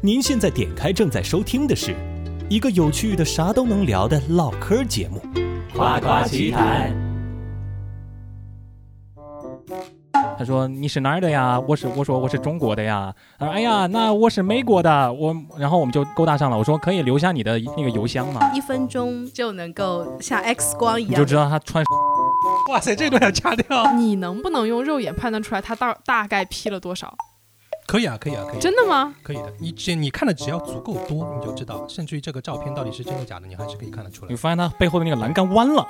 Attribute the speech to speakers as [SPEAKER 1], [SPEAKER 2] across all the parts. [SPEAKER 1] 您现在点开正在收听的是一个有趣的、啥都能聊的唠嗑节目。
[SPEAKER 2] 夸夸其谈。
[SPEAKER 3] 他说你是哪儿的呀？我是我说我是中国的呀。他说哎呀，那我是美国的。我然后我们就勾搭上了。我说可以留下你的那个邮箱吗？
[SPEAKER 4] 一分钟就能够像 X 光一
[SPEAKER 3] 你就
[SPEAKER 4] 样
[SPEAKER 3] 知。道他穿。哇塞，这段要掐掉。
[SPEAKER 5] 你能不能用肉眼判断出来他大大概劈了多少？
[SPEAKER 6] 可以啊，可以啊，可以，
[SPEAKER 5] 真的吗？
[SPEAKER 6] 可以的。你只你看的只要足够多，你就知道，甚至于这个照片到底是真的假的，你还是可以看得出来
[SPEAKER 3] 你。发现他背后的那个栏杆弯了。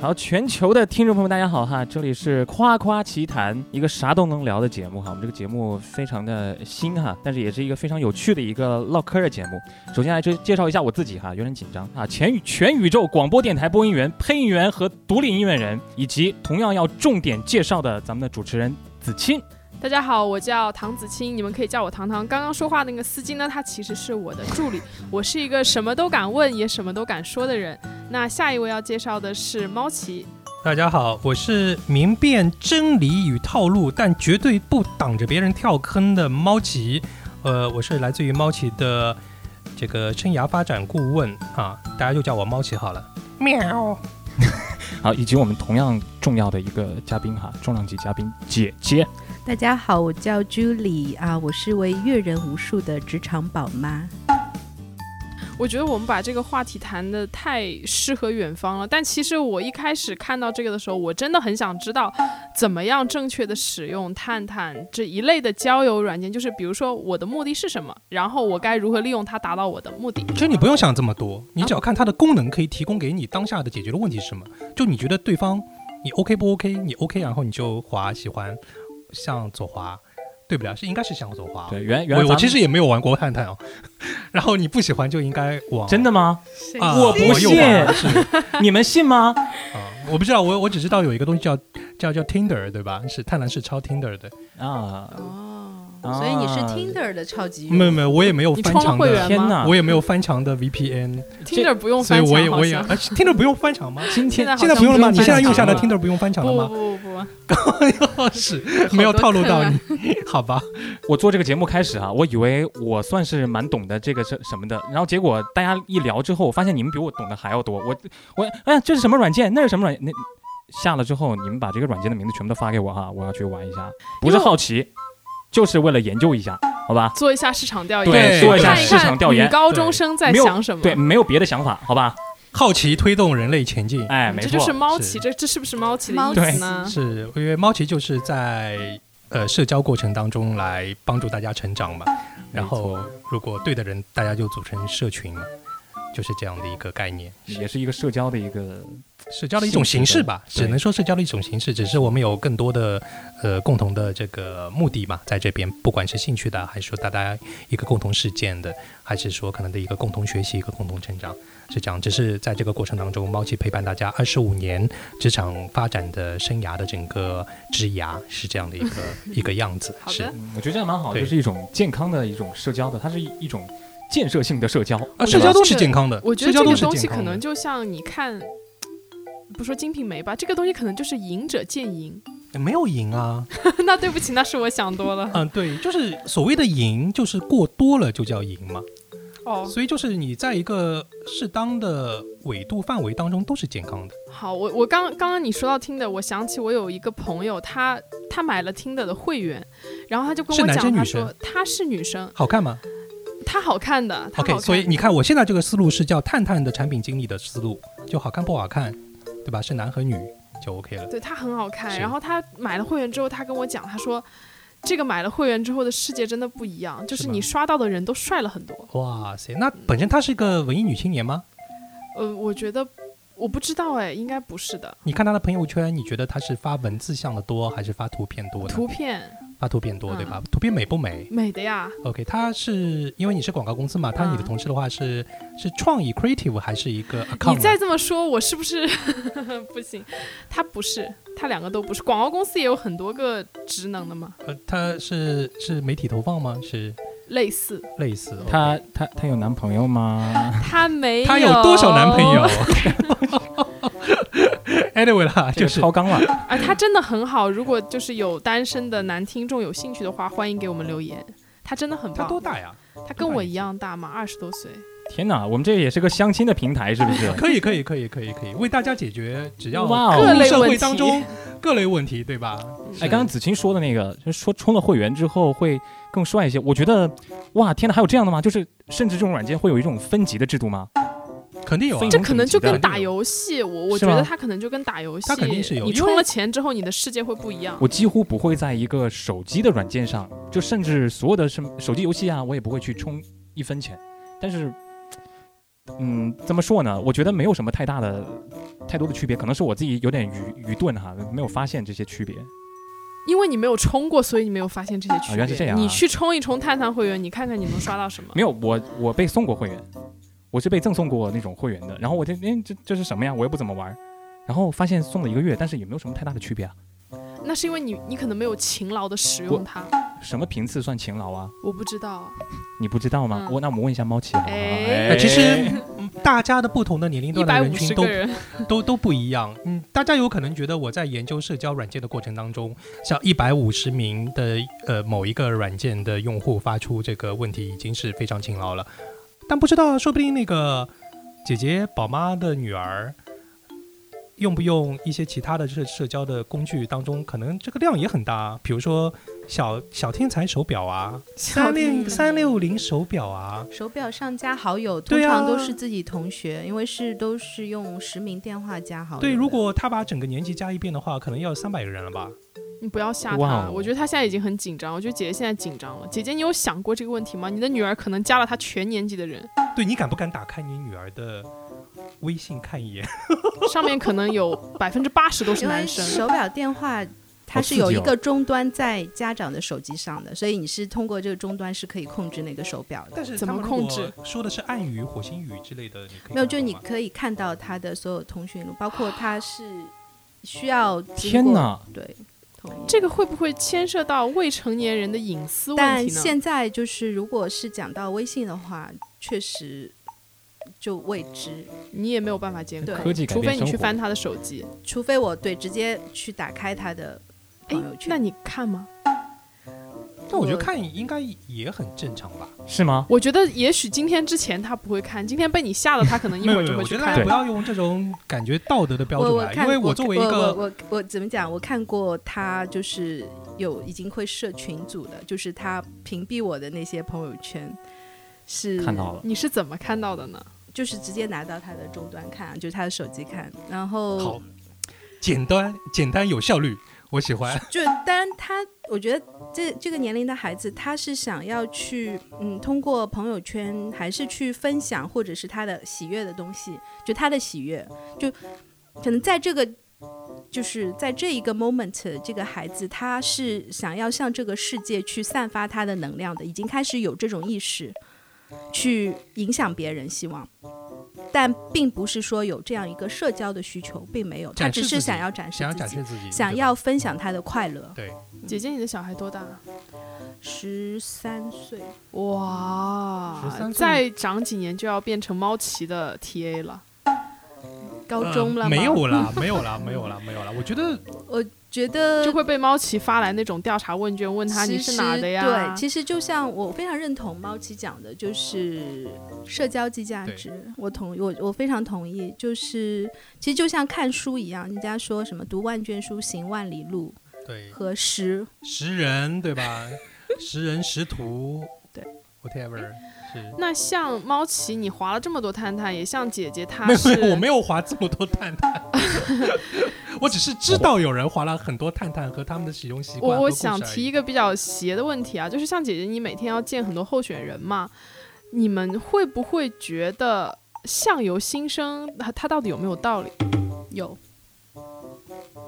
[SPEAKER 3] 好，全球的听众朋友们，大家好哈，这里是夸夸其谈，一个啥都能聊的节目哈。我们这个节目非常的新哈，但是也是一个非常有趣的一个唠嗑的节目。首先来介介绍一下我自己哈，有点紧张啊。全宇全宇宙广播电台播音员、配音员和独立音乐人，以及同样要重点介绍的咱们的主持人子清。
[SPEAKER 5] 大家好，我叫唐子清，你们可以叫我糖糖。刚刚说话那个司机呢，他其实是我的助理。我是一个什么都敢问，也什么都敢说的人。那下一位要介绍的是猫奇，
[SPEAKER 6] 大家好，我是明辨真理与套路，但绝对不挡着别人跳坑的猫奇。呃，我是来自于猫奇的这个生涯发展顾问啊，大家就叫我猫奇好了。喵，
[SPEAKER 3] 好，以及我们同样重要的一个嘉宾哈，重量级嘉宾姐姐。
[SPEAKER 7] 大家好，我叫 Julie 啊，我是位阅人无数的职场宝妈。
[SPEAKER 5] 我觉得我们把这个话题谈的太诗和远方了。但其实我一开始看到这个的时候，我真的很想知道，怎么样正确的使用探探这一类的交友软件，就是比如说我的目的是什么，然后我该如何利用它达到我的目的。
[SPEAKER 6] 其实你不用想这么多，
[SPEAKER 5] 啊
[SPEAKER 6] 你只要看它的功能可以提供给你当下的解决的问题是什么。就你觉得对方你 OK 不 OK，你 OK，然后你就滑喜欢向左滑，对不了，是应该是向左滑。
[SPEAKER 3] 对，原原来
[SPEAKER 6] 我
[SPEAKER 3] 咱
[SPEAKER 6] 我
[SPEAKER 3] 们
[SPEAKER 6] 其实也没有玩过探探哦， 然后你不喜欢就应该往
[SPEAKER 3] 真的吗？
[SPEAKER 6] 啊，
[SPEAKER 3] 我不
[SPEAKER 6] 又
[SPEAKER 3] 信
[SPEAKER 6] 玩了是
[SPEAKER 3] 你们信吗？
[SPEAKER 6] 啊，我不知道，我我只知道有一个东西叫叫叫 Tinder，对吧？是探探是抄 Tinder 的，
[SPEAKER 3] 啊，
[SPEAKER 5] 哦，
[SPEAKER 7] 所以你是
[SPEAKER 3] 啊
[SPEAKER 7] Tinder 的超级
[SPEAKER 6] 没有没有，我也没有
[SPEAKER 5] 你
[SPEAKER 6] 翻
[SPEAKER 5] 充了
[SPEAKER 6] 墙
[SPEAKER 5] 会
[SPEAKER 6] 的，
[SPEAKER 5] 员
[SPEAKER 3] 天
[SPEAKER 5] 吗？
[SPEAKER 3] 哪！
[SPEAKER 6] 我也没有翻墙的 VPN，
[SPEAKER 5] 听着不用
[SPEAKER 6] 所以
[SPEAKER 5] 翻墙，
[SPEAKER 6] 我也
[SPEAKER 5] 好
[SPEAKER 6] 我也
[SPEAKER 5] 像
[SPEAKER 6] 哎，Tinder 不用翻墙吗？
[SPEAKER 3] 今
[SPEAKER 5] 现
[SPEAKER 3] 天
[SPEAKER 5] 在好
[SPEAKER 6] 现在
[SPEAKER 5] 像
[SPEAKER 6] 不用了吗？你现在用下
[SPEAKER 5] 翻
[SPEAKER 6] 的
[SPEAKER 5] 墙了
[SPEAKER 6] Tinder 不用翻墙了
[SPEAKER 5] 不
[SPEAKER 6] 吗？
[SPEAKER 5] 不不 不，
[SPEAKER 6] 是没有套路到你， 好吧？
[SPEAKER 3] 我做这个节目开始啊，我以为我算是蛮懂得这个是什么的，然后结果大家一聊之后，我发现你们比我懂得还要多。我我哎，这是什么软件？那是什么软件？那下了之后，你们把这个软件的名字全部都发给我哈，我要去玩一下。不是
[SPEAKER 5] 因为我
[SPEAKER 3] 好奇，就是为了研究一下，好吧？
[SPEAKER 5] 做一下市场调研，
[SPEAKER 6] 对
[SPEAKER 3] 做一下
[SPEAKER 5] 看一
[SPEAKER 3] 市场
[SPEAKER 5] 看
[SPEAKER 3] 调研
[SPEAKER 5] 女，高中生在
[SPEAKER 3] 没有
[SPEAKER 5] 想什么。
[SPEAKER 3] 对，没有别的想法，好吧？
[SPEAKER 6] 好奇推动人类前进，
[SPEAKER 3] 哎，
[SPEAKER 5] 嗯
[SPEAKER 3] 没
[SPEAKER 5] 这
[SPEAKER 3] 错，
[SPEAKER 5] 就是猫
[SPEAKER 6] 是
[SPEAKER 5] 奇，这这是不是猫奇
[SPEAKER 7] 猫
[SPEAKER 5] 的
[SPEAKER 3] 对
[SPEAKER 5] 意思呢？
[SPEAKER 6] 是因为猫奇就是在呃社交过程当中来帮助大家成长嘛。然后如果对的人，大家就组成社群了，就是这样的一个概念，
[SPEAKER 3] 也是一个社交的一个
[SPEAKER 6] 社交的一种形式吧，
[SPEAKER 3] 性质的对
[SPEAKER 6] 只能说社交的一种形式，只是我们有更多的呃共同的这个目的嘛，在这边，不管是兴趣的，还是说大家一个共同事件的，还是说可能的一个共同学习、一个共同成长，是这样。只是在这个过程当中，猫奇陪伴大家二十五年职场发展的生涯的整个职涯是这样的一个一个样子，
[SPEAKER 5] 好的
[SPEAKER 6] 是。
[SPEAKER 3] 嗯，我觉得这样蛮好，
[SPEAKER 6] 对
[SPEAKER 3] 就是一种健康的一种社交的，它是一一种建设性的社交
[SPEAKER 6] 啊，
[SPEAKER 5] 我
[SPEAKER 6] 社
[SPEAKER 5] 觉
[SPEAKER 6] 交
[SPEAKER 5] 得
[SPEAKER 6] 都
[SPEAKER 5] 这
[SPEAKER 6] 是
[SPEAKER 5] 个
[SPEAKER 6] 健康的，
[SPEAKER 5] 我觉
[SPEAKER 6] 社
[SPEAKER 5] 得
[SPEAKER 6] 交
[SPEAKER 5] 这
[SPEAKER 6] 都
[SPEAKER 5] 个
[SPEAKER 6] 是
[SPEAKER 5] 东西
[SPEAKER 6] 健康
[SPEAKER 5] 可
[SPEAKER 6] 的
[SPEAKER 5] 能就像你看，不说《金瓶梅》吧，这个东西可能就是赢者见赢。
[SPEAKER 6] 没有赢啊，
[SPEAKER 5] 那对不起，那是我想多了。
[SPEAKER 6] 嗯，对，就是所谓的赢，就是过多了就叫赢嘛。
[SPEAKER 5] 哦，
[SPEAKER 6] 所以就是你在一个适当的纬度范围当中都是健康的。
[SPEAKER 5] 好，我我刚刚刚你说到听的，我想起我有一个朋友，他他买了听的的会员，然后他就跟
[SPEAKER 6] 是
[SPEAKER 5] 我
[SPEAKER 6] 男
[SPEAKER 5] 讲，
[SPEAKER 6] 生
[SPEAKER 5] 他
[SPEAKER 6] 女生
[SPEAKER 5] 说他是女生，
[SPEAKER 6] 好看吗
[SPEAKER 5] 她好看的，她好看
[SPEAKER 6] ？OK，
[SPEAKER 5] 的
[SPEAKER 6] 所以你看我现在这个思路是叫探探的产品经理的思路，就好看不好看，对吧？是男和女就 OK 了。
[SPEAKER 5] 对她很好看。
[SPEAKER 6] 是
[SPEAKER 5] 然后她买了会员之后，她跟我讲，她说这个买了会员之后的世界真的不一样，就是是
[SPEAKER 6] 吗
[SPEAKER 5] 你刷到的人都帅了很多。
[SPEAKER 6] 哇塞，那本身她是一个文艺女青年吗？
[SPEAKER 5] 呃，我觉得我不知道哎，应该不是的。
[SPEAKER 6] 你看她的朋友圈，你觉得她是发文字向的多，还是发图片多呢？
[SPEAKER 5] 图嗯片
[SPEAKER 6] 发图片多，对吧？图片美不美
[SPEAKER 5] 美的呀，
[SPEAKER 6] ？OK，她是因为你是广告公司嘛？她你的
[SPEAKER 5] 嗯
[SPEAKER 6] 同事的话是是创意 creative 还是一个 account？
[SPEAKER 5] 你
[SPEAKER 6] 呢
[SPEAKER 5] 再这么说，我是不是 不行？她不是，她两个都不是。广告公司也有很多个职能的嘛，
[SPEAKER 6] 呃，她是是媒体投放吗？是
[SPEAKER 5] 类似。
[SPEAKER 6] 类似？OK？
[SPEAKER 3] 她她她有男朋友 吗？
[SPEAKER 5] 她没
[SPEAKER 6] 她有多少男朋友？ anyway 啦，
[SPEAKER 3] 这个
[SPEAKER 6] 就是
[SPEAKER 3] 超纲了。
[SPEAKER 5] 啊，它真的很好。如果就是有单身的男听众有兴趣的话，欢迎给我们留言。它真的很
[SPEAKER 6] 他
[SPEAKER 5] 棒，
[SPEAKER 6] 多大呀？
[SPEAKER 5] 它跟我一样大嘛，二十多岁。
[SPEAKER 3] 天哪，我们这也是个相亲的平台，是不 是？
[SPEAKER 6] 可以可以可以可以可以，为大家解决只要
[SPEAKER 3] 哇哦
[SPEAKER 6] 各
[SPEAKER 5] 各
[SPEAKER 6] 类
[SPEAKER 5] 类
[SPEAKER 6] 社
[SPEAKER 5] 问
[SPEAKER 6] 会
[SPEAKER 5] 题
[SPEAKER 6] 当中各类问题，对吧？
[SPEAKER 3] 哎，刚刚子清说的那个，就是说充了会员之后会更帅一些。我觉得，哇，天哪，还有这样的吗？就是甚至这种软件会有一种分级的制度吗？
[SPEAKER 6] 肯定有啊
[SPEAKER 3] 非，
[SPEAKER 5] 这可能就
[SPEAKER 3] 这
[SPEAKER 5] 跟
[SPEAKER 3] 种
[SPEAKER 5] 打游戏，我我
[SPEAKER 3] 是
[SPEAKER 5] 觉
[SPEAKER 3] 吗
[SPEAKER 5] 得它可能就跟打游戏，
[SPEAKER 6] 它肯定是有
[SPEAKER 5] 你
[SPEAKER 6] 因为
[SPEAKER 5] 充了钱之后，你的世界会不一样。
[SPEAKER 3] 我几乎不会在一个手机的软件上，就甚至所有的什么手机游戏啊，我也不会去充一分钱。但是，嗯，怎么说呢？我觉得没有什么太大的、太多的区别，可能是我自己有点愚愚钝哈，没有发现这些区别。啊
[SPEAKER 5] 因为你没有充过，所以你没有发现这些区别。
[SPEAKER 3] 原来
[SPEAKER 6] 哎
[SPEAKER 3] 是这样啊
[SPEAKER 5] 你去充一充探探会员，你看看你能刷到什么。
[SPEAKER 3] 没有，我我被送过会员，我是被赠送过那种会员的。然后我就，哎，这这是什么呀？我又不怎么玩儿。然后发现送了一个月，但是也没有什么太大的区别啊。
[SPEAKER 5] 那是因为你你可能没有勤劳的使用它。
[SPEAKER 3] 什么频次算勤劳啊？
[SPEAKER 5] 我不知道，
[SPEAKER 3] 你不知道吗？
[SPEAKER 5] 嗯
[SPEAKER 3] 我、那我们问一下猫啊奇好不好？
[SPEAKER 5] 哎，
[SPEAKER 6] 呃其实嗯大家的不同的年龄
[SPEAKER 5] 一
[SPEAKER 6] 段
[SPEAKER 5] 百
[SPEAKER 6] 的人
[SPEAKER 5] 五十
[SPEAKER 6] 群
[SPEAKER 5] 个
[SPEAKER 6] 都
[SPEAKER 5] 人，
[SPEAKER 6] 都都不一样。嗯，大家有可能觉得我在研究社交软件的过程当中，像一百五十名的呃某一个软件的用户发出这个问题，已经是非常勤劳了。但不知道，说不定那个姐姐宝妈的女儿。用不用一些其他的社社交的工具当中，可能这个量也很大啊，比如说小小天才手表啊，三六三六零手表啊，
[SPEAKER 7] 手表上加好友，通
[SPEAKER 6] 对啊
[SPEAKER 7] 常都是自己同学，因为是都是用实名电话加好友的。
[SPEAKER 6] 对，如果他把整个年级加一遍的话，可能要三百个人了吧？
[SPEAKER 5] 你不要吓
[SPEAKER 3] 哇
[SPEAKER 5] 他。
[SPEAKER 3] 哦
[SPEAKER 5] 我觉得他现在已经很紧张，我觉得姐姐现在紧张了。姐姐，你有想过这个问题吗？你的女儿可能加了她全年级的人，
[SPEAKER 6] 对你敢不敢打开你女儿的微信 看一眼？
[SPEAKER 5] 上面可能有百分之八十都是
[SPEAKER 7] 因为
[SPEAKER 5] 男生。
[SPEAKER 7] 手表电话。它是有一
[SPEAKER 6] 哦
[SPEAKER 7] 个终端在家长的手机上的，所以你是通过这个终端是可以控制那个手表的。
[SPEAKER 6] 但是
[SPEAKER 5] 怎
[SPEAKER 6] 他
[SPEAKER 5] 么
[SPEAKER 6] 们如果
[SPEAKER 5] 控制
[SPEAKER 6] 说的是暗语、火星语之类的，你可以
[SPEAKER 7] 没有，
[SPEAKER 6] 看
[SPEAKER 7] 就
[SPEAKER 6] 到
[SPEAKER 7] 你
[SPEAKER 6] 吗
[SPEAKER 7] 可以看到他的所有通讯录，包括他是需要经
[SPEAKER 3] 天
[SPEAKER 7] 过
[SPEAKER 3] 哪！
[SPEAKER 7] 对同意
[SPEAKER 5] 这个会不会牵涉到未成年人的隐私问
[SPEAKER 7] 但
[SPEAKER 5] 题呢？
[SPEAKER 7] 现在就是，如果是讲到微信的话，确实就未知，
[SPEAKER 5] 你也没有办法监控，
[SPEAKER 7] 对
[SPEAKER 3] 科技改
[SPEAKER 5] 除
[SPEAKER 3] 变
[SPEAKER 5] 非
[SPEAKER 3] 生
[SPEAKER 5] 你去
[SPEAKER 3] 活。
[SPEAKER 5] 翻他的手机。
[SPEAKER 7] 除非我对直接去打开他的
[SPEAKER 5] 哎
[SPEAKER 7] 朋友，圈。
[SPEAKER 5] 那你看吗？
[SPEAKER 6] 但我觉得看应该也很正常吧。
[SPEAKER 3] 是吗？
[SPEAKER 5] 我觉得也许今天之前他不会看，今天被你吓了，他可能一
[SPEAKER 6] 没
[SPEAKER 5] 会
[SPEAKER 6] 有
[SPEAKER 5] 儿
[SPEAKER 6] 没
[SPEAKER 5] 就
[SPEAKER 6] 有，
[SPEAKER 5] 会
[SPEAKER 6] 我
[SPEAKER 5] 去
[SPEAKER 6] 觉得大
[SPEAKER 5] 看
[SPEAKER 6] 家不。要用这种感觉道德的标
[SPEAKER 7] 哎我
[SPEAKER 6] 准
[SPEAKER 7] 我
[SPEAKER 6] 来，
[SPEAKER 7] 看
[SPEAKER 6] 因为
[SPEAKER 7] 我
[SPEAKER 6] 我作为一
[SPEAKER 7] 我
[SPEAKER 6] 个
[SPEAKER 7] 我我我怎么讲？我看过他就是有已经会设群组的，就是他屏蔽我的那些朋友圈。是
[SPEAKER 3] 看到了，
[SPEAKER 5] 你是怎么看到的呢？
[SPEAKER 7] 就是直接拿到他的终端看，啊就是他的手机看，然后
[SPEAKER 6] 好简单、简单有效率，我喜欢。
[SPEAKER 7] 就当然他，我觉得这这个年龄的孩子，他是想要去嗯，通过朋友圈还是去分享，或者是他的喜悦的东西，就他的喜悦，就可能在这个。就是在这一个 moment，这个孩子他是想要向这个世界去散发他的能量的，已经开始有这种意识，去影响别人，希望，但并不是说有这样一个社交的需求，并没有，他
[SPEAKER 6] 展示
[SPEAKER 7] 只
[SPEAKER 6] 自
[SPEAKER 7] 是
[SPEAKER 6] 己
[SPEAKER 7] 想要展示
[SPEAKER 6] 想要
[SPEAKER 7] 自
[SPEAKER 6] 展
[SPEAKER 7] 己
[SPEAKER 6] 示自己，
[SPEAKER 7] 想
[SPEAKER 6] 对吧
[SPEAKER 7] 要分享他的快乐。
[SPEAKER 6] 对，
[SPEAKER 5] 姐姐，你的小孩多大？
[SPEAKER 7] 十三岁，
[SPEAKER 5] 哇，
[SPEAKER 6] 13岁
[SPEAKER 5] 再长几年就要变成猫奇的 TA 了。
[SPEAKER 7] 高
[SPEAKER 6] 呃
[SPEAKER 7] 中了、
[SPEAKER 6] 没 有，啦，没有啦，没有啦，没有啦。我觉得
[SPEAKER 7] 我觉得
[SPEAKER 5] 就会被猫奇发来那种调查问卷，问他
[SPEAKER 7] 其
[SPEAKER 5] 你是哪
[SPEAKER 7] 实
[SPEAKER 5] 的呀？
[SPEAKER 7] 对，其实就像我非常认同猫七讲的，就是社交即价值。我同我我非常同意，就是其实就像看书一样，人家说什么读万卷书，行万里路
[SPEAKER 6] 对
[SPEAKER 7] 和识
[SPEAKER 6] 识人对吧？识人识图，
[SPEAKER 7] 对
[SPEAKER 6] ，whatever 是。
[SPEAKER 5] 那像猫奇，你划了这么多探探，也像姐姐她
[SPEAKER 6] 没有
[SPEAKER 5] 啊是
[SPEAKER 6] 没有，我没有划这么多探探，我只是知道有人划了很多探探和他们的使用习惯
[SPEAKER 5] 我
[SPEAKER 6] 和
[SPEAKER 5] 我
[SPEAKER 6] 故事
[SPEAKER 5] 想
[SPEAKER 6] 而
[SPEAKER 5] 提
[SPEAKER 6] 已
[SPEAKER 5] 一个比较邪的问题啊，就是像姐姐，你每天要见很多候选人嘛，你们会不会觉得相由心生，它它到底有没有道理？
[SPEAKER 7] 有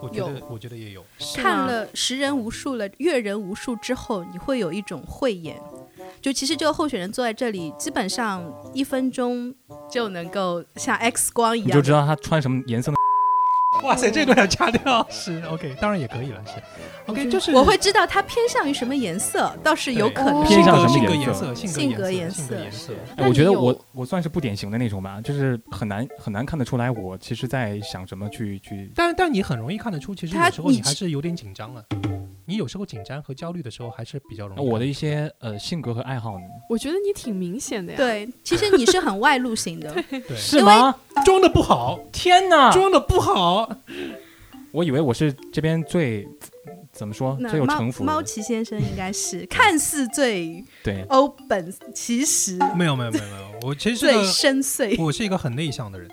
[SPEAKER 6] 我觉得我觉得也有，
[SPEAKER 5] 是吗
[SPEAKER 7] 看了识人无数了，阅人无数之后，你会有一种慧眼。就其实这个候选人坐在这里，基本上一分钟
[SPEAKER 4] 就能够像 X 光一
[SPEAKER 3] 你就
[SPEAKER 4] 样
[SPEAKER 3] 知道他穿什么颜色的
[SPEAKER 6] 哇塞，这段要掐掉是 OK，当然也可以了，是 OK，就是
[SPEAKER 7] 嗯我会知道他偏向于什么颜色，倒是有
[SPEAKER 6] 对
[SPEAKER 7] 可能。
[SPEAKER 3] 偏向什么
[SPEAKER 6] 性格
[SPEAKER 3] 颜
[SPEAKER 6] 颜
[SPEAKER 3] 色
[SPEAKER 6] 色，性
[SPEAKER 7] 性格
[SPEAKER 6] 格
[SPEAKER 7] 颜
[SPEAKER 6] 颜
[SPEAKER 7] 色
[SPEAKER 6] 性格颜色。
[SPEAKER 3] 哎，
[SPEAKER 5] 那
[SPEAKER 3] 我觉
[SPEAKER 5] 你
[SPEAKER 3] 得
[SPEAKER 5] 有
[SPEAKER 3] 我我算是不典型的那种吧，就是很难很难看得出来我其实在想什么去去。
[SPEAKER 6] 但但你很容易看得出，其实
[SPEAKER 7] 他
[SPEAKER 6] 有时候
[SPEAKER 7] 你
[SPEAKER 6] 你还
[SPEAKER 7] 是
[SPEAKER 6] 是有点紧张了。你有时候紧张和焦虑的时候还是比较容易
[SPEAKER 3] 那
[SPEAKER 6] 看。
[SPEAKER 3] 我的一些呃性格和爱好呢？
[SPEAKER 5] 我觉得你挺明显的呀。，
[SPEAKER 7] 对，其实你是很外露型的，
[SPEAKER 6] 对
[SPEAKER 3] 是吗？
[SPEAKER 6] 装的不好，
[SPEAKER 3] 天哪！
[SPEAKER 6] 装的不好，
[SPEAKER 3] 我以为我是这边最怎么说
[SPEAKER 7] 那
[SPEAKER 3] 最有
[SPEAKER 7] 猫
[SPEAKER 3] 城府的。
[SPEAKER 7] 猫奇先生应该是看似最
[SPEAKER 3] 对，
[SPEAKER 7] 欧本，其实
[SPEAKER 6] 没有没有没有没有，我其实
[SPEAKER 7] 最
[SPEAKER 6] 是
[SPEAKER 7] 深
[SPEAKER 6] 个
[SPEAKER 7] 邃。
[SPEAKER 6] 我是一个很内向的人，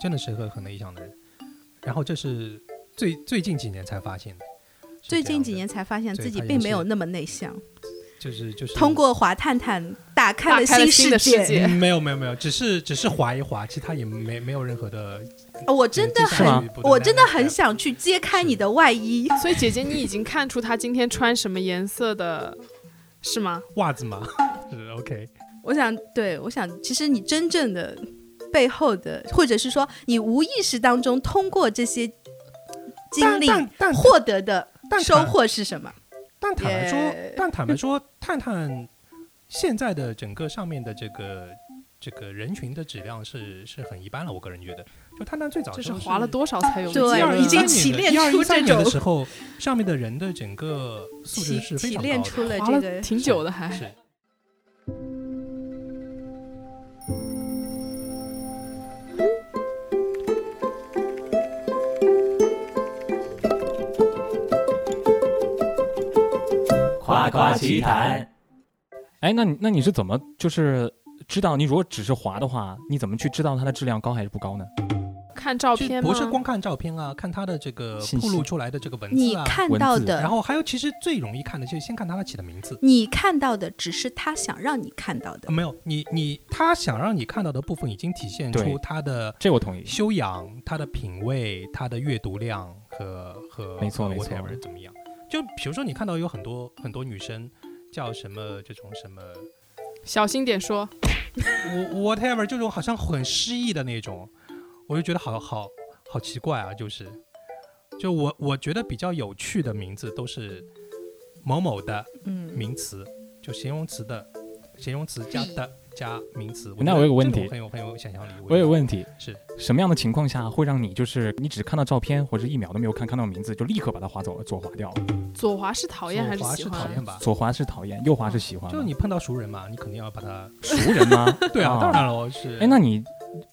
[SPEAKER 6] 真的是个很内向的人。然后这是最最近几年才发现的，是
[SPEAKER 7] 最
[SPEAKER 6] 这
[SPEAKER 7] 近
[SPEAKER 6] 样
[SPEAKER 7] 几
[SPEAKER 6] 的
[SPEAKER 7] 年才发现
[SPEAKER 6] 对
[SPEAKER 7] 自己
[SPEAKER 6] 发现
[SPEAKER 7] 并没
[SPEAKER 6] 是
[SPEAKER 7] 有那么内向，
[SPEAKER 6] 就是就是
[SPEAKER 7] 通过滑探探打开
[SPEAKER 5] 打
[SPEAKER 7] 了
[SPEAKER 5] 开了新
[SPEAKER 7] 世
[SPEAKER 5] 的世界
[SPEAKER 6] 嗯没有没有没有，只是只是划一划，其他也没没有任何的。
[SPEAKER 7] 哦我真的
[SPEAKER 6] 接
[SPEAKER 3] 是
[SPEAKER 6] 下
[SPEAKER 7] 很，
[SPEAKER 3] 吗
[SPEAKER 6] 来不
[SPEAKER 7] 我真的很
[SPEAKER 6] 对
[SPEAKER 7] 想去揭开你的外衣。
[SPEAKER 5] 所以姐姐，你已经看出他今天穿什么颜色的，是吗？
[SPEAKER 6] 袜子嘛，是 OK。
[SPEAKER 7] 我想，对我想，其实你真正的背后的，或者是说你无意识当中通过这些 经
[SPEAKER 6] 但
[SPEAKER 7] 历
[SPEAKER 6] 但但
[SPEAKER 7] 获得的
[SPEAKER 6] 但
[SPEAKER 7] 收
[SPEAKER 6] 坦
[SPEAKER 7] 获是什么？
[SPEAKER 6] 但坦白
[SPEAKER 7] 也
[SPEAKER 6] 说，但坦白说，探探现在的整个上面的这个这个人群的质量是是很一般了，我个人觉得。就探探最早
[SPEAKER 5] 这
[SPEAKER 6] 时
[SPEAKER 5] 是
[SPEAKER 6] 候是
[SPEAKER 5] 划了多少才有的
[SPEAKER 7] 对
[SPEAKER 5] 结
[SPEAKER 7] 已经
[SPEAKER 5] 论？
[SPEAKER 7] 提炼
[SPEAKER 6] 一二
[SPEAKER 7] 出
[SPEAKER 6] 一三
[SPEAKER 7] 这
[SPEAKER 6] 年的
[SPEAKER 7] 种
[SPEAKER 6] 时候，上面的人的整个素质
[SPEAKER 7] 提
[SPEAKER 6] 是非
[SPEAKER 7] 提
[SPEAKER 6] 常
[SPEAKER 7] 炼
[SPEAKER 6] 高
[SPEAKER 7] 出
[SPEAKER 6] 的。
[SPEAKER 7] 了
[SPEAKER 5] 划
[SPEAKER 7] 这个
[SPEAKER 5] 了挺久的还。
[SPEAKER 6] 是
[SPEAKER 2] 夸夸其谈，
[SPEAKER 3] 哎，那你那你是怎么就是知道你如果只是滑的话，你怎么去知道它的质量高还是不高呢？
[SPEAKER 5] 看照
[SPEAKER 6] 就
[SPEAKER 5] 片吗？
[SPEAKER 6] 不是光看照片啊，看他的这个
[SPEAKER 3] 信息
[SPEAKER 6] 铺露出来的这个文
[SPEAKER 7] 你
[SPEAKER 6] 字啊，
[SPEAKER 7] 看
[SPEAKER 3] 文
[SPEAKER 7] 到
[SPEAKER 3] 字
[SPEAKER 7] 的，
[SPEAKER 6] 然后还有其实最容易看的就是先看他起的名字。
[SPEAKER 7] 你看到的只是他想让你看到的
[SPEAKER 6] 啊，没有，你你他想让你看到的部分已经体现
[SPEAKER 3] 对
[SPEAKER 6] 出他的
[SPEAKER 3] 这我同意。
[SPEAKER 6] 修养、他的品味、他的阅读量和和
[SPEAKER 3] 没错
[SPEAKER 6] 和
[SPEAKER 3] 没错
[SPEAKER 6] whatever 怎么样？就比如说你看到有很多很多女生叫什么这种什么
[SPEAKER 5] 小心点说，
[SPEAKER 6] 我 whatever 这种好像很诗意的那种，我就觉得好好好奇怪啊，就是就我我觉得比较有趣的名字都是某某的
[SPEAKER 7] 嗯，
[SPEAKER 6] 名词，就形容词的形容词加的加名词。
[SPEAKER 3] 那
[SPEAKER 6] 觉得
[SPEAKER 3] 我有个问
[SPEAKER 6] 这种
[SPEAKER 3] 题
[SPEAKER 6] 很有很有想象力。
[SPEAKER 3] 我有个
[SPEAKER 6] 觉得
[SPEAKER 3] 问题，
[SPEAKER 6] 是
[SPEAKER 3] 什么样的情况下会让你就是你只看到照片或者一秒都没有看看到名字就立刻把它划走了，左划掉了？
[SPEAKER 5] 左滑是讨厌还
[SPEAKER 6] 左滑
[SPEAKER 5] 喜
[SPEAKER 6] 是讨
[SPEAKER 5] 欢？
[SPEAKER 6] 厌吧？
[SPEAKER 3] 左滑是讨厌，右滑是喜欢吗。
[SPEAKER 6] 就你碰到熟人嘛，你肯定要 把他。
[SPEAKER 3] 熟人吗？
[SPEAKER 6] 对啊，
[SPEAKER 3] 啊
[SPEAKER 6] 当然了，是。
[SPEAKER 3] 哎，那你，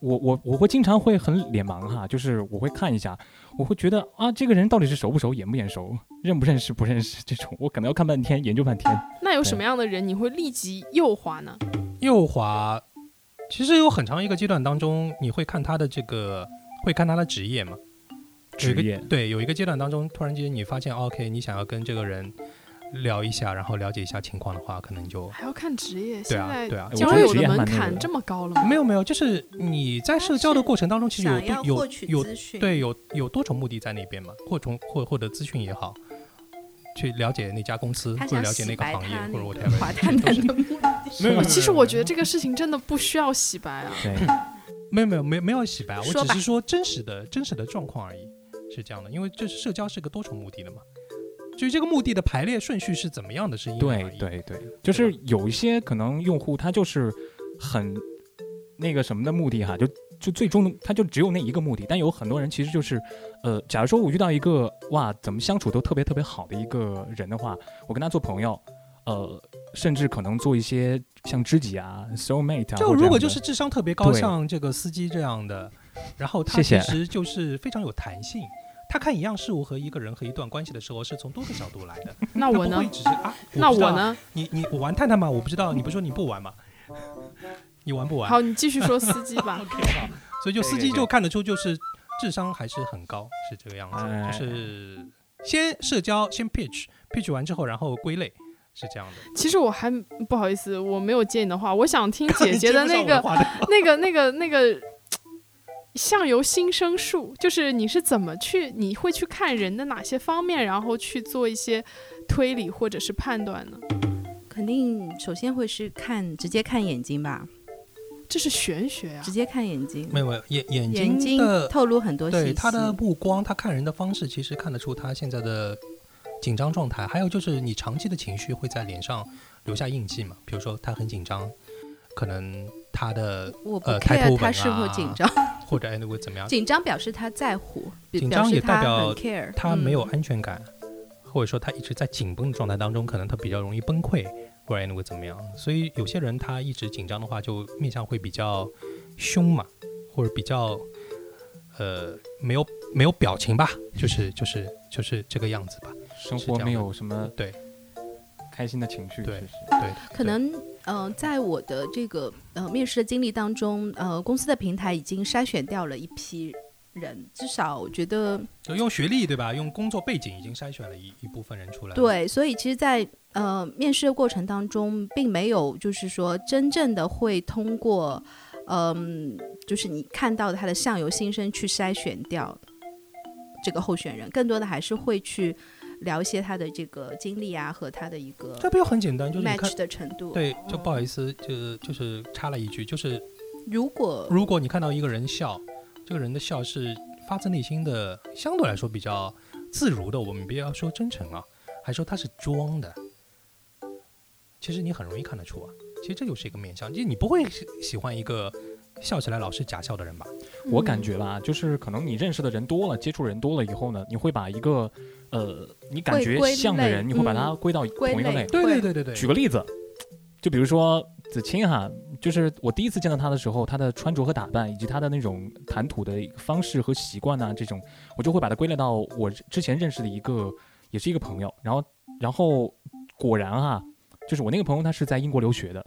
[SPEAKER 3] 我我我会经常会很脸盲哈，就是我会看一下，我会觉得啊，这个人到底是熟不熟，眼不眼熟，认不认识，不认识这种，我可能要看半天，研究半天。
[SPEAKER 5] 那有什么样的人你会立即右滑呢？
[SPEAKER 6] 右滑，其实有很长一个阶段当中，你会看他的这个，会看他的职业嘛？有
[SPEAKER 3] 职
[SPEAKER 6] 一个
[SPEAKER 3] 业，
[SPEAKER 6] 对，有一个阶段当中，突然间你发现哦，OK，你想要跟这个人聊一下，然后了解一下情况的话，可能就
[SPEAKER 5] 还要看职业，
[SPEAKER 6] 对
[SPEAKER 5] 现
[SPEAKER 6] 啊
[SPEAKER 5] 在
[SPEAKER 6] 对啊
[SPEAKER 5] 交友
[SPEAKER 3] 我觉得职
[SPEAKER 5] 的
[SPEAKER 3] 业还
[SPEAKER 5] 门
[SPEAKER 3] 蛮那个
[SPEAKER 5] 槛
[SPEAKER 3] 的
[SPEAKER 5] 这么高了吗？
[SPEAKER 6] 没有没有，就是你在社交的过程当中，其实有
[SPEAKER 7] 想要
[SPEAKER 6] 多
[SPEAKER 7] 获
[SPEAKER 6] 有
[SPEAKER 7] 取
[SPEAKER 6] 有
[SPEAKER 7] 资讯，
[SPEAKER 6] 对有有多种目的在那边嘛，或从或获得资讯也好，去了解那家公司，
[SPEAKER 7] 他
[SPEAKER 6] 或者
[SPEAKER 7] 想
[SPEAKER 6] 了解
[SPEAKER 7] 洗
[SPEAKER 6] 那个
[SPEAKER 7] 白
[SPEAKER 6] 行业
[SPEAKER 7] 他，
[SPEAKER 6] 或者
[SPEAKER 7] 那个
[SPEAKER 6] whatever
[SPEAKER 7] 滑探探的目 的。
[SPEAKER 6] 没有没有，
[SPEAKER 5] 哎其实我觉得这个事情真的不需要洗白 啊。
[SPEAKER 3] 对，
[SPEAKER 6] 没有没有没有没有洗白，啊我
[SPEAKER 7] 说
[SPEAKER 6] 只
[SPEAKER 7] 吧
[SPEAKER 6] 是说真实的真实的状况而已，是这样的，因为这是社交是个多重目的的嘛，至于这个目的的排列顺序是怎么样的，是因人而
[SPEAKER 3] 对
[SPEAKER 6] 异。
[SPEAKER 3] 对对，就是有一些可能用户他就是很那个什么的目的哈，就就最终他就只有那一个目的，但有很多人其实就是，呃，假如说我遇到一个哇怎么相处都特别特别好的一个人的话，我跟他做朋友，呃，甚至可能做一些像知己啊、soul mate 啊，
[SPEAKER 6] 就
[SPEAKER 3] 或者
[SPEAKER 6] 如果
[SPEAKER 3] 这
[SPEAKER 6] 就
[SPEAKER 3] 样
[SPEAKER 6] 是
[SPEAKER 3] 的
[SPEAKER 6] 智商特别高，
[SPEAKER 3] 对
[SPEAKER 6] 像这个司机这样的，然后他
[SPEAKER 3] 谢谢
[SPEAKER 6] 其实就是非常有弹性。他看一样事物和一个人和一段关系的时候，是从多个角度来的。
[SPEAKER 5] 那我
[SPEAKER 6] 他不
[SPEAKER 5] 呢
[SPEAKER 6] 会？只是啊，
[SPEAKER 5] 那
[SPEAKER 6] 不知道
[SPEAKER 5] 我
[SPEAKER 6] 啊？
[SPEAKER 5] 呢？
[SPEAKER 6] 你你我玩探探吗？我不知道，你不说你不玩吗？你玩不玩？
[SPEAKER 5] 好，你继续说司机 吧。
[SPEAKER 6] OK，好，所以就司机就看得出，就是智商还是很高，是这个样子，
[SPEAKER 3] 哎
[SPEAKER 6] 就是先社交，先 pitch，pitch 完之后，然后归类，是这样的。
[SPEAKER 5] 其实我还不好意思，我没有接你的话，我想 听姐
[SPEAKER 6] 你
[SPEAKER 5] 姐
[SPEAKER 6] 接
[SPEAKER 5] 的
[SPEAKER 6] 不
[SPEAKER 5] 那
[SPEAKER 6] 上
[SPEAKER 5] 个
[SPEAKER 6] 我的话的
[SPEAKER 5] 那个、那个、那个相由心生术，就是你是怎么去，你会去看人的哪些方面，然后去做一些推理或者是判断呢？
[SPEAKER 7] 肯定首先会是看直接看眼睛吧，
[SPEAKER 5] 这是玄学啊
[SPEAKER 7] 直！接看眼睛，
[SPEAKER 6] 没有没有眼眼
[SPEAKER 7] 眼睛
[SPEAKER 6] 睛的
[SPEAKER 7] 透露很多信息。
[SPEAKER 6] 对他的目光，他看人的方式，其实看得出他现在的紧张状态。还有就是你长期的情绪会在脸上留下印记嘛，比如说他很紧张，可能他的
[SPEAKER 7] 我不 care
[SPEAKER 6] 呃抬头
[SPEAKER 7] 他
[SPEAKER 6] 纹
[SPEAKER 7] 是否
[SPEAKER 6] 啊
[SPEAKER 7] 紧张，
[SPEAKER 6] 或者 anyway 怎么样，
[SPEAKER 7] 紧张表示他在乎，比
[SPEAKER 6] 紧
[SPEAKER 7] 表
[SPEAKER 6] 张
[SPEAKER 7] 示
[SPEAKER 6] 也代
[SPEAKER 7] 他
[SPEAKER 6] 表
[SPEAKER 7] 很 care，
[SPEAKER 6] 他没有
[SPEAKER 7] 嗯
[SPEAKER 6] 安全感，或者说他一直在紧绷的状态当中，可能他比较容易崩溃，或者 anyway 怎么样。所以有些人他一直紧张的话，就面相会比较凶嘛，或者比较呃没有没有表情吧，就是就是就是这个样子吧。
[SPEAKER 3] 生
[SPEAKER 6] 是这
[SPEAKER 3] 活
[SPEAKER 6] 样
[SPEAKER 3] 没
[SPEAKER 6] 的
[SPEAKER 3] 有什么
[SPEAKER 6] 对
[SPEAKER 3] 开心的情绪，
[SPEAKER 6] 对
[SPEAKER 3] 是是
[SPEAKER 6] 对，
[SPEAKER 7] 嗯可能呃，在我的这个呃面试的经历当中，呃，公司的平台已经筛选掉了一批人，至少我觉得
[SPEAKER 6] 就用学历对吧？用工作背景已经筛选了一一部分人出来。，
[SPEAKER 7] 对，所以其实在，呃面试的过程当中，并没有就是说真正的会通过，嗯、就是你看到的他的相由心生去筛选掉这个候选人，更多的还是会去聊一些他的这个经历啊和他的一个
[SPEAKER 6] 这不就很简单？就是你看
[SPEAKER 7] match，的程度。
[SPEAKER 6] 对，就不好
[SPEAKER 7] 思，
[SPEAKER 6] 意思，就就是插了一句，就是
[SPEAKER 7] 如果
[SPEAKER 6] 如果你看到一个人笑，这个人的笑是发自内心的，相对来说比较自如的，我们不要说真诚啊，还说他是装的，其实你很容易看得出啊。其实这就是一个面相，就你不会喜喜欢一个笑起来老是假笑的人吧？
[SPEAKER 3] 我
[SPEAKER 7] 嗯
[SPEAKER 3] 感觉吧，就是可能你认识的人多了，接触人多了以后呢，你会把一个呃，你感
[SPEAKER 7] 会
[SPEAKER 3] 觉
[SPEAKER 7] 归
[SPEAKER 3] 像的
[SPEAKER 7] 类
[SPEAKER 3] 人，你会把它
[SPEAKER 7] 嗯
[SPEAKER 3] 归到
[SPEAKER 7] 归
[SPEAKER 3] 同一个
[SPEAKER 7] 类
[SPEAKER 3] 类。
[SPEAKER 6] 对
[SPEAKER 7] 会
[SPEAKER 6] 对对对对，
[SPEAKER 3] 举个例子，就比如说子清哈，就是我第一次见到她的时候，她的穿着和打扮，以及她的那种谈吐的方式和习惯啊呐、这种我就会把它归类到我之前认识的一个，也是一个朋友。然后，然后果然哈、就是我那个朋友他是在英国留学的，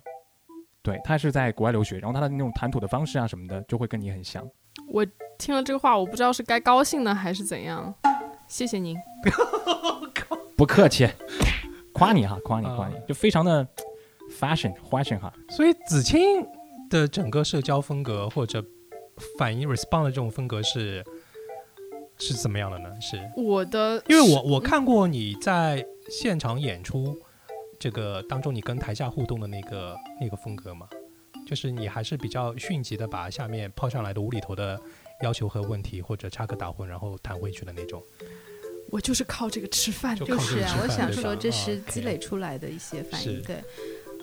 [SPEAKER 3] 对他是在国外留学，然后他的那种谈吐的方式啊什么的，就会跟你很像。
[SPEAKER 5] 我听了这个话，我不知道是该高兴呢还是怎样。谢谢您，
[SPEAKER 3] 不客气，夸你哈，夸你
[SPEAKER 6] 啊
[SPEAKER 3] 夸你，就非常的 fashion fashion 哈。
[SPEAKER 6] 所以子清的整个社交风格或者反应 respond 的这种风格是是怎么样的呢？是
[SPEAKER 5] 我的
[SPEAKER 6] 因为我我看过你在现场演出这个当中，你跟台下互动的那个那个风格嘛，就是你还是比较迅疾的把下面抛上来的无厘头的要求和问题，或者插科打诨，然后弹回去的那种。
[SPEAKER 5] 我就是靠这个吃饭
[SPEAKER 6] 就
[SPEAKER 5] 的。
[SPEAKER 7] 就
[SPEAKER 6] 靠这
[SPEAKER 7] 是
[SPEAKER 6] 个
[SPEAKER 7] 啊
[SPEAKER 6] 吃，
[SPEAKER 7] 我
[SPEAKER 6] 饭
[SPEAKER 7] 想
[SPEAKER 6] 对吧
[SPEAKER 7] 说这
[SPEAKER 6] 啊
[SPEAKER 7] 是
[SPEAKER 6] ，OK
[SPEAKER 7] 积累出来的一些反
[SPEAKER 6] 是
[SPEAKER 7] 应，对。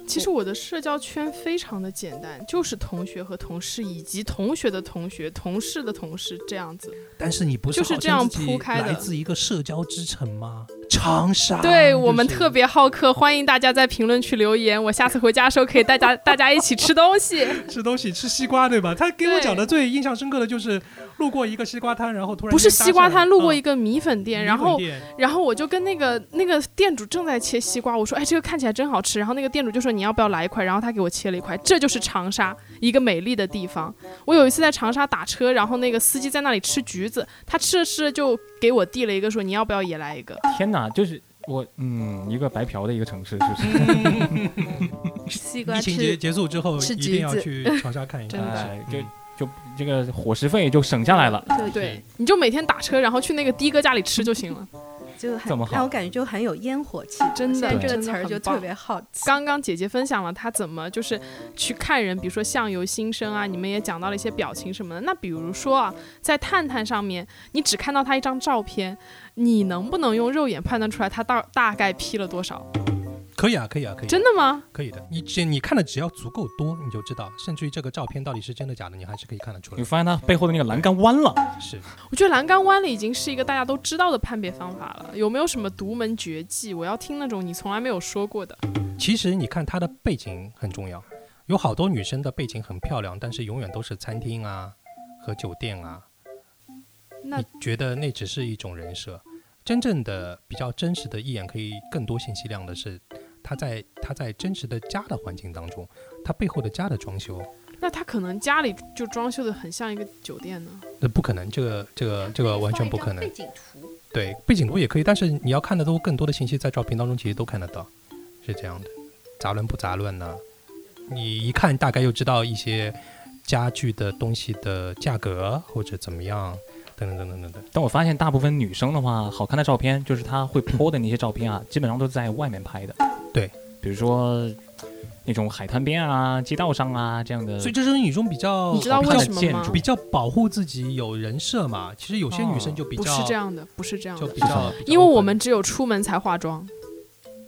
[SPEAKER 5] 其实我的社交圈非常的简单，就是同学和同事，以及同学的同学、同事的同事这样子。
[SPEAKER 6] 但是你不
[SPEAKER 5] 就是
[SPEAKER 6] 号称
[SPEAKER 5] 这样
[SPEAKER 6] 自己
[SPEAKER 5] 铺开的
[SPEAKER 6] 来自一个社交之城吗？长沙，
[SPEAKER 5] 对
[SPEAKER 6] 啊就
[SPEAKER 5] 我们
[SPEAKER 6] 是
[SPEAKER 5] 特别好客，欢迎大家在评论区留言。我下次回家的时候可以带大大家一起吃东西。
[SPEAKER 6] 吃东西吃西瓜对吧？他给我
[SPEAKER 5] 对
[SPEAKER 6] 讲的最印象深刻的就是路过一个西瓜摊，然后突然
[SPEAKER 5] 不是西瓜摊，路过一
[SPEAKER 6] 个
[SPEAKER 5] 个米粉
[SPEAKER 6] 嗯
[SPEAKER 5] 店，然后然后我就跟那个那个店主正在切西瓜，我说：“哎，这个看起来真好吃。”然后那个店主就说：“你要不要来一块？”然后他给我切了一块。这就是长沙，一个美丽的地方。我有一次在长沙打车，然后那个司机在那里吃橘子，他吃着吃着就给我递了一个，说：“你要不要也来一个
[SPEAKER 3] 天哪，就是我嗯，一个白嫖的一个城市，是不是？
[SPEAKER 6] 嗯
[SPEAKER 5] 嗯
[SPEAKER 7] 西瓜
[SPEAKER 6] 疫情结
[SPEAKER 7] 吃
[SPEAKER 6] 结束之后，
[SPEAKER 7] 吃
[SPEAKER 6] 一
[SPEAKER 7] 橘
[SPEAKER 6] 定要
[SPEAKER 7] 子
[SPEAKER 6] 去 长沙看一看
[SPEAKER 5] 真的
[SPEAKER 3] 哎，
[SPEAKER 6] 是
[SPEAKER 3] 就
[SPEAKER 6] 嗯
[SPEAKER 3] 就这个伙食费就省下来了。
[SPEAKER 7] 对？”
[SPEAKER 5] 对，你就每天打车，然后去那个的哥家里吃就行了。
[SPEAKER 7] 就很
[SPEAKER 3] 这么好
[SPEAKER 7] 让我感觉就很有烟火气，
[SPEAKER 5] 真的
[SPEAKER 7] 现在这个
[SPEAKER 5] 真的
[SPEAKER 7] 词儿
[SPEAKER 5] 很
[SPEAKER 7] 就特
[SPEAKER 5] 棒
[SPEAKER 7] 别好奇。
[SPEAKER 5] 刚刚姐姐分享了她怎么就是去看人，比如说相由心生啊，你们也讲到了一些表情什么的。那比如说啊，在探探上面，你只看到他一张照片，你能不能用肉眼判断出来他大大概 P 了多少？
[SPEAKER 6] 可以啊，可以啊，可以啊，
[SPEAKER 5] 真的吗？
[SPEAKER 6] 可以的。你只你看的只要足够多，你就知道，甚至于这个照片到底是真的假的，你还是可以看得出
[SPEAKER 3] 你
[SPEAKER 6] 来。
[SPEAKER 3] 发现它背后的那个栏杆弯了，
[SPEAKER 5] 嗯
[SPEAKER 6] 是，
[SPEAKER 5] 我觉得栏杆湾里已经是一个大家都知道的判别方法了。有没有什么独门绝技？我要听那种你从来没有说过的。
[SPEAKER 6] 其实你看她的背景很重要，有好多女生的背景很漂亮，但是永远都是餐厅啊和酒店啊，
[SPEAKER 5] 那
[SPEAKER 6] 你觉得那只是一种人设，真正的比较真实的一眼可以更多信息量的是，他在他在真实的家的环境当中，他背后的家的装修，
[SPEAKER 5] 那他可能家里就装修的很像一个酒店呢。
[SPEAKER 6] 那不可能，这个这个这个完全不可能。
[SPEAKER 7] 景图，
[SPEAKER 6] 对，背景图也可以，但是你要看的都更多的信息在照片当中其实都看得到，是这样的，杂乱不杂乱呢、你一看大概就知道一些家具的东西的价格或者怎么样，等等等等等等。
[SPEAKER 3] 但我发现大部分女 生的话，好看的照片就是她会 PO 的那些照片啊，基本上都是在外面拍的。
[SPEAKER 6] 对，
[SPEAKER 3] 比比如说那种海滩边啊、街道上啊这样的。
[SPEAKER 6] 所以这就是女中比较
[SPEAKER 5] 你知道
[SPEAKER 3] 好
[SPEAKER 5] 为
[SPEAKER 3] 看的
[SPEAKER 5] 什么
[SPEAKER 3] 建
[SPEAKER 5] 吗
[SPEAKER 3] 筑
[SPEAKER 6] 比较保护自己有人设嘛。其实有些女生就比
[SPEAKER 5] 哦不
[SPEAKER 6] 较、
[SPEAKER 5] 是这样的，不是这样
[SPEAKER 6] 就
[SPEAKER 5] 的，
[SPEAKER 6] 比较，
[SPEAKER 5] 因为我们只有出门才化妆。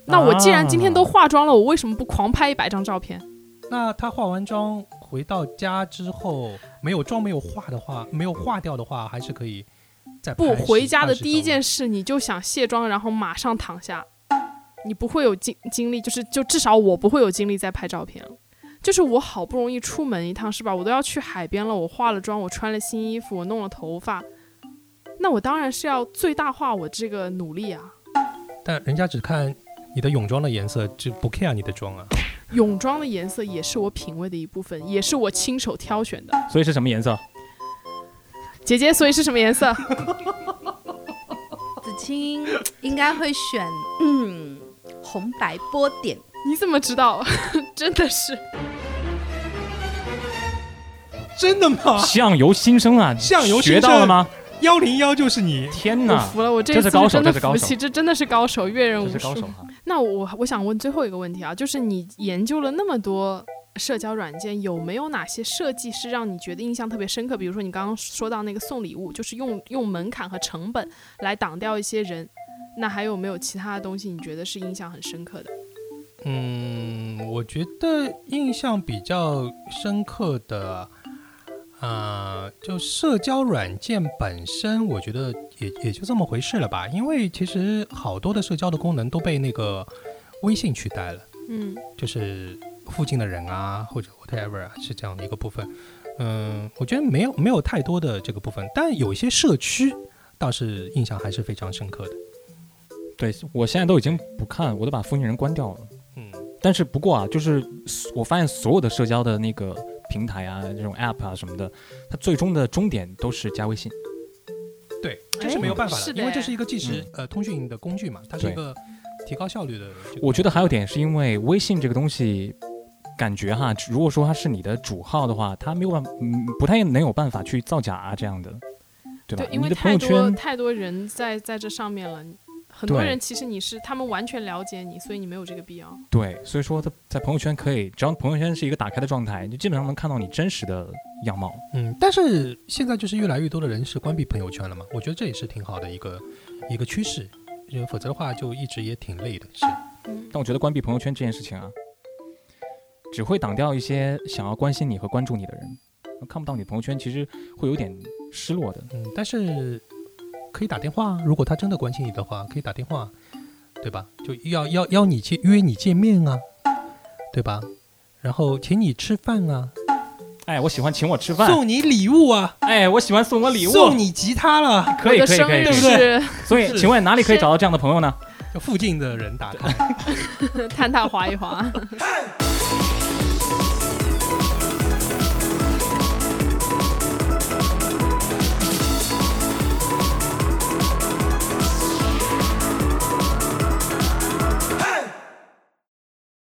[SPEAKER 5] 那我既然今天都化妆了，我为什么不狂拍一百张照片？
[SPEAKER 6] 那她化完妆回到家之后，没有妆没有化的话，没有化掉的话，还是可以再
[SPEAKER 5] 不，回家的第一件
[SPEAKER 6] 事，
[SPEAKER 5] 事你就想卸妆，然后马上躺下，你不会有精精力，就是就至少我不会有精力再拍照片了。就是我好不容易出门一趟，是吧？我都要去海边了，我化了妆，我穿了新衣服，我弄了头发，那我当然是要最大化我这个努力啊。
[SPEAKER 6] 但人家只看你的泳装的颜色，就不 care 你的妆啊。
[SPEAKER 5] 泳装的颜色也是我品味的一部分，也是我亲手挑选的。
[SPEAKER 3] 所以是什么颜色？
[SPEAKER 5] 姐姐，所以是什么颜色？
[SPEAKER 7] 子清应该会选嗯红白波点。
[SPEAKER 5] 你怎么知道？ 真的是
[SPEAKER 6] 真的吗？
[SPEAKER 3] 相由心生啊！
[SPEAKER 6] 啊相由心
[SPEAKER 3] 学到了吗？
[SPEAKER 6] 幺零幺就是你，
[SPEAKER 3] 天
[SPEAKER 5] 我
[SPEAKER 3] 哪，
[SPEAKER 5] 服了，我这
[SPEAKER 3] 这
[SPEAKER 5] 一
[SPEAKER 3] 是
[SPEAKER 5] 次
[SPEAKER 3] 高手
[SPEAKER 5] 真的
[SPEAKER 3] 这是高
[SPEAKER 5] 服
[SPEAKER 3] 手
[SPEAKER 5] 气，这真的是高手，阅人
[SPEAKER 3] 这
[SPEAKER 5] 无
[SPEAKER 3] 是高
[SPEAKER 5] 数
[SPEAKER 3] 手。哈！
[SPEAKER 5] 那我我想问最后一个问题啊，就是你研究了那么多社交软件，有没有哪些设计是让你觉得印象特别深刻？比如说你刚刚说到那个送礼物，就是用用门槛和成本来挡掉一些人。那还有没有其他的东西你觉得是印象很深刻的？
[SPEAKER 6] 嗯，我觉得印象比较深刻的，呃，就社交软件本身，我觉得也也就这么回事了吧。因为其实好多的社交的功能都被那个微信取代了，
[SPEAKER 5] 嗯，
[SPEAKER 6] 就是附近的人啊，或者 whatever 啊，是这样的一个部分。嗯，我觉得没有没有太多的这个部分，但有一些社区倒是印象还是非常深刻的。
[SPEAKER 3] 对我现在都已经不看，我都把风景人关掉了。
[SPEAKER 6] 嗯，
[SPEAKER 3] 但是不过啊，就是我发现所有的社交的那个平台啊，这种 app 啊什么的，它最终的终点都是加微信。
[SPEAKER 6] 对，这是没有办法的，
[SPEAKER 5] 哎是的
[SPEAKER 6] 因为这是一个即时、
[SPEAKER 3] 嗯
[SPEAKER 6] 呃通讯的工具嘛，它是
[SPEAKER 3] 对
[SPEAKER 6] 一个提高效率的这个。
[SPEAKER 3] 我觉得还有点是因为微信这个东西，感觉哈，如果说它是你的主号的话，它没有办法，嗯，不太能有办法去造假啊这样的，对吧
[SPEAKER 5] 对，？因为
[SPEAKER 3] 你的朋
[SPEAKER 5] 太
[SPEAKER 3] 友
[SPEAKER 5] 多
[SPEAKER 3] 圈，
[SPEAKER 5] 太多人在在这上面了，很多
[SPEAKER 3] 对
[SPEAKER 5] 人其实你是他们完全了解你，所以你没有这个必要。
[SPEAKER 3] 对，所以说它在朋友圈可以，只要朋友圈是一个打开的状态，就基本上能看到你真实的样貌。
[SPEAKER 6] 嗯，但是现在就是越来越多的人是关闭朋友圈了嘛，我觉得这也是挺好的一个一个趋势，因为否则的话就一直也挺累的。是，
[SPEAKER 5] 嗯，
[SPEAKER 3] 但我觉得关闭朋友圈这件事情啊，只会挡掉一些想要关心你和关注你的人，看不到你朋友圈，其实会有点失落的。
[SPEAKER 6] 嗯，但是可以打电话啊，如果他真的关心你的话，可以打电话，对吧？就要要邀你见约你见面啊，对吧？然后请你吃饭啊，
[SPEAKER 3] 哎，我喜欢请我吃饭，
[SPEAKER 6] 送你礼物啊，
[SPEAKER 3] 哎，我喜欢送我礼物，
[SPEAKER 6] 送你吉他了，
[SPEAKER 3] 可以
[SPEAKER 5] 我的
[SPEAKER 3] 可以
[SPEAKER 5] 生
[SPEAKER 3] 可以
[SPEAKER 5] 日
[SPEAKER 3] 可以。
[SPEAKER 5] 是
[SPEAKER 3] 所以，
[SPEAKER 6] 是
[SPEAKER 3] 请问哪里可以找到这样的朋友呢？
[SPEAKER 6] 就附近的人打卡。
[SPEAKER 5] 探探滑一滑。